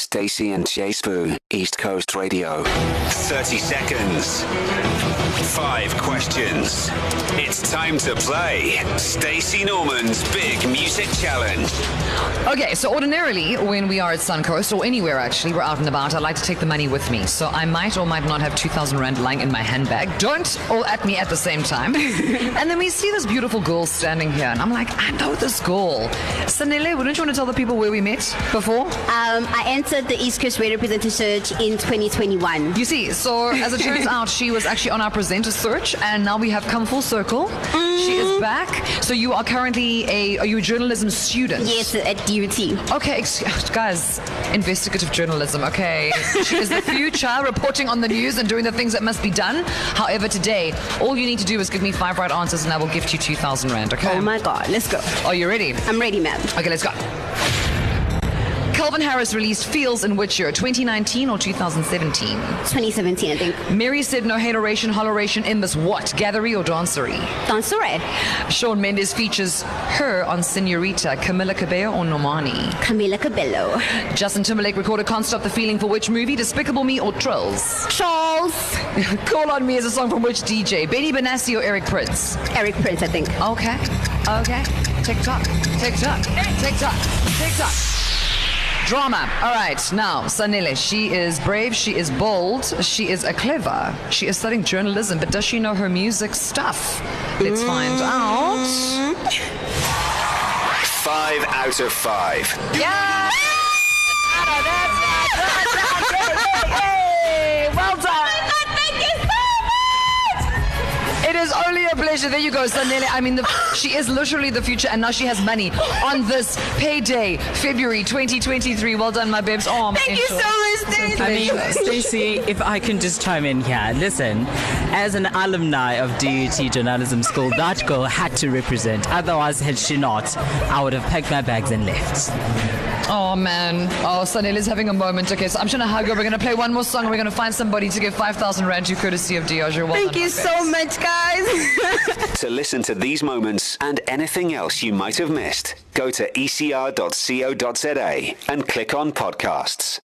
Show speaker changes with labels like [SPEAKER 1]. [SPEAKER 1] Stacy and Jay Spoon, East Coast Radio.
[SPEAKER 2] 30 seconds. Five questions. It's time to play Stacy Norman's Big Music Challenge.
[SPEAKER 3] Okay, so ordinarily when we are at Suncoast or anywhere actually, we're out and about. I like to take the money with me, so I might or might not have two thousand rand lying in my handbag. Don't all at me at the same time. and then we see this beautiful girl standing here, and I'm like, I know this girl. Sanele, wouldn't you want to tell the people where we met before?
[SPEAKER 4] Um, I entered the East Coast Radio Presenter Search in 2021.
[SPEAKER 3] You see, so as it turns out, she was actually on our presenter search, and now we have come full circle. She is back. So you are currently a are you a journalism student?
[SPEAKER 4] Yes, at DUT.
[SPEAKER 3] Okay, ex- guys, investigative journalism. Okay, she is the future, reporting on the news and doing the things that must be done. However, today, all you need to do is give me five right answers, and I will gift you two thousand rand. Okay?
[SPEAKER 4] Oh my God, let's go.
[SPEAKER 3] Are you ready?
[SPEAKER 4] I'm ready, ma'am.
[SPEAKER 3] Okay, let's go. Calvin Harris released Feels in which year, 2019 or 2017?
[SPEAKER 4] 2017, I think.
[SPEAKER 3] Mary said no hateration, holleration in this what? Gathery or dancery?
[SPEAKER 4] Dansore.
[SPEAKER 3] Sean Mendes features her on Senorita, Camila Cabello or Normani?
[SPEAKER 4] Camila Cabello.
[SPEAKER 3] Justin Timberlake recorded Can't Stop the Feeling for which movie? Despicable Me or Trolls?
[SPEAKER 4] Charles.
[SPEAKER 3] Call on Me is a song from which DJ? Benny Benassi or Eric Prince?
[SPEAKER 4] Eric Prince, I think.
[SPEAKER 3] Okay, okay. Tick tock, tick tock, tick tock, tick tock. Drama. All right, now, Sanile, she is brave, she is bold, she is a clever, she is studying journalism, but does she know her music stuff? Let's find out.
[SPEAKER 2] Five out of five.
[SPEAKER 3] Yeah!
[SPEAKER 4] Oh
[SPEAKER 3] Well done! It is only a pleasure. There you go, Sanele. I mean, the, she is literally the future, and now she has money on this payday, February 2023. Well done, my babes. Oh,
[SPEAKER 4] Thank you so much, Stacey.
[SPEAKER 5] I mean, Stacey, if I can just chime in here. Listen, as an alumni of DUT Journalism School, that girl had to represent. Otherwise, had she not, I would have packed my bags and left.
[SPEAKER 3] Oh man. Oh, Sanele is having a moment. Okay, so I'm trying to hug her. We're gonna play one more song. and We're gonna find somebody to give 5,000 rand to, courtesy of Diageo. Well
[SPEAKER 4] Thank
[SPEAKER 3] done,
[SPEAKER 4] you
[SPEAKER 3] my
[SPEAKER 4] so
[SPEAKER 3] babes.
[SPEAKER 4] much, guys.
[SPEAKER 2] To listen to these moments and anything else you E might have missed, go to ecr.co.za and click on podcasts.